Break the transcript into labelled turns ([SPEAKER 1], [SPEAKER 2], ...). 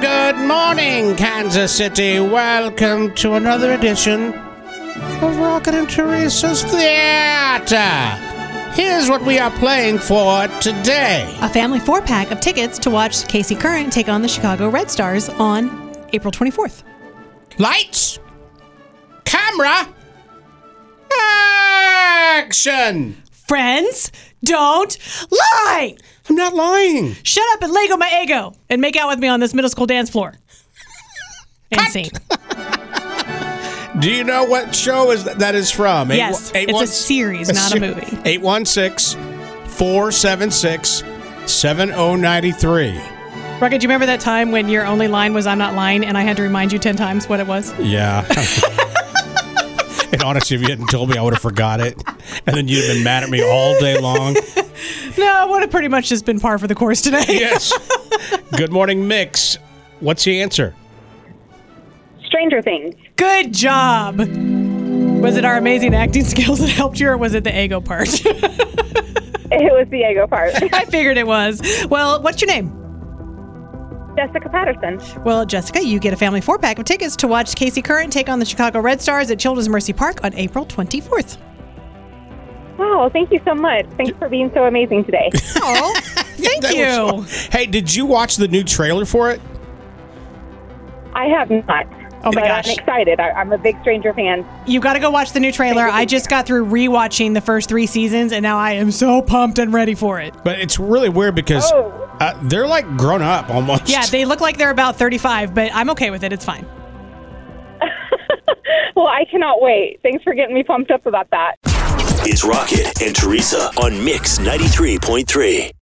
[SPEAKER 1] Good morning, Kansas City. Welcome to another edition of Rocket and Teresa's Theater. Here's what we are playing for today.
[SPEAKER 2] A family four pack of tickets to watch Casey Curran take on the Chicago Red Stars on April 24th.
[SPEAKER 1] Lights, camera, action.
[SPEAKER 2] Friends, don't lie!
[SPEAKER 1] I'm not lying.
[SPEAKER 2] Shut up and Lego my ego and make out with me on this middle school dance floor. and scene.
[SPEAKER 1] Do you know what show is that, that is from? Eight-
[SPEAKER 2] Yes,
[SPEAKER 1] eight
[SPEAKER 2] it's
[SPEAKER 1] one-
[SPEAKER 2] a series, not a
[SPEAKER 1] ser-
[SPEAKER 2] movie.
[SPEAKER 1] 816 476 7093.
[SPEAKER 2] Rocket, do you remember that time when your only line was I'm not lying and I had to remind you 10 times what it was?
[SPEAKER 1] Yeah. and honestly, if you hadn't told me, I would have forgot it. And then you'd have been mad at me all day long.
[SPEAKER 2] No, it would have pretty much just been par for the course today.
[SPEAKER 1] Yes. Good morning, Mix. What's the answer?
[SPEAKER 3] Stranger Things.
[SPEAKER 2] Good job. Was it our amazing acting skills that helped you, or was it the ego part?
[SPEAKER 3] It was the ego part.
[SPEAKER 2] I figured it was. Well, what's your name?
[SPEAKER 3] Jessica Patterson.
[SPEAKER 2] Well, Jessica, you get a family four pack of tickets to watch Casey Curran take on the Chicago Red Stars at Children's Mercy Park on April 24th.
[SPEAKER 3] Wow, thank you so much. Thanks for being so amazing today.
[SPEAKER 2] Oh, thank
[SPEAKER 1] That
[SPEAKER 2] you.
[SPEAKER 1] was- hey, did you watch the new trailer for it?
[SPEAKER 3] I have not.
[SPEAKER 2] Oh my
[SPEAKER 3] but
[SPEAKER 2] gosh.
[SPEAKER 3] I'm excited. I, I'm a big Stranger fan.
[SPEAKER 2] You got to go watch the new trailer. I just got through rewatching the first three seasons, and now I am so pumped and ready for it.
[SPEAKER 1] But it's really weird because
[SPEAKER 3] Oh.
[SPEAKER 1] uh, they're like grown up almost.
[SPEAKER 2] Yeah, they look like they're about 35, but I'm okay with it. It's fine.
[SPEAKER 3] Well, I cannot wait. Thanks for getting me pumped up about that.
[SPEAKER 4] It's Rocket and Teresa on Mix 93.3.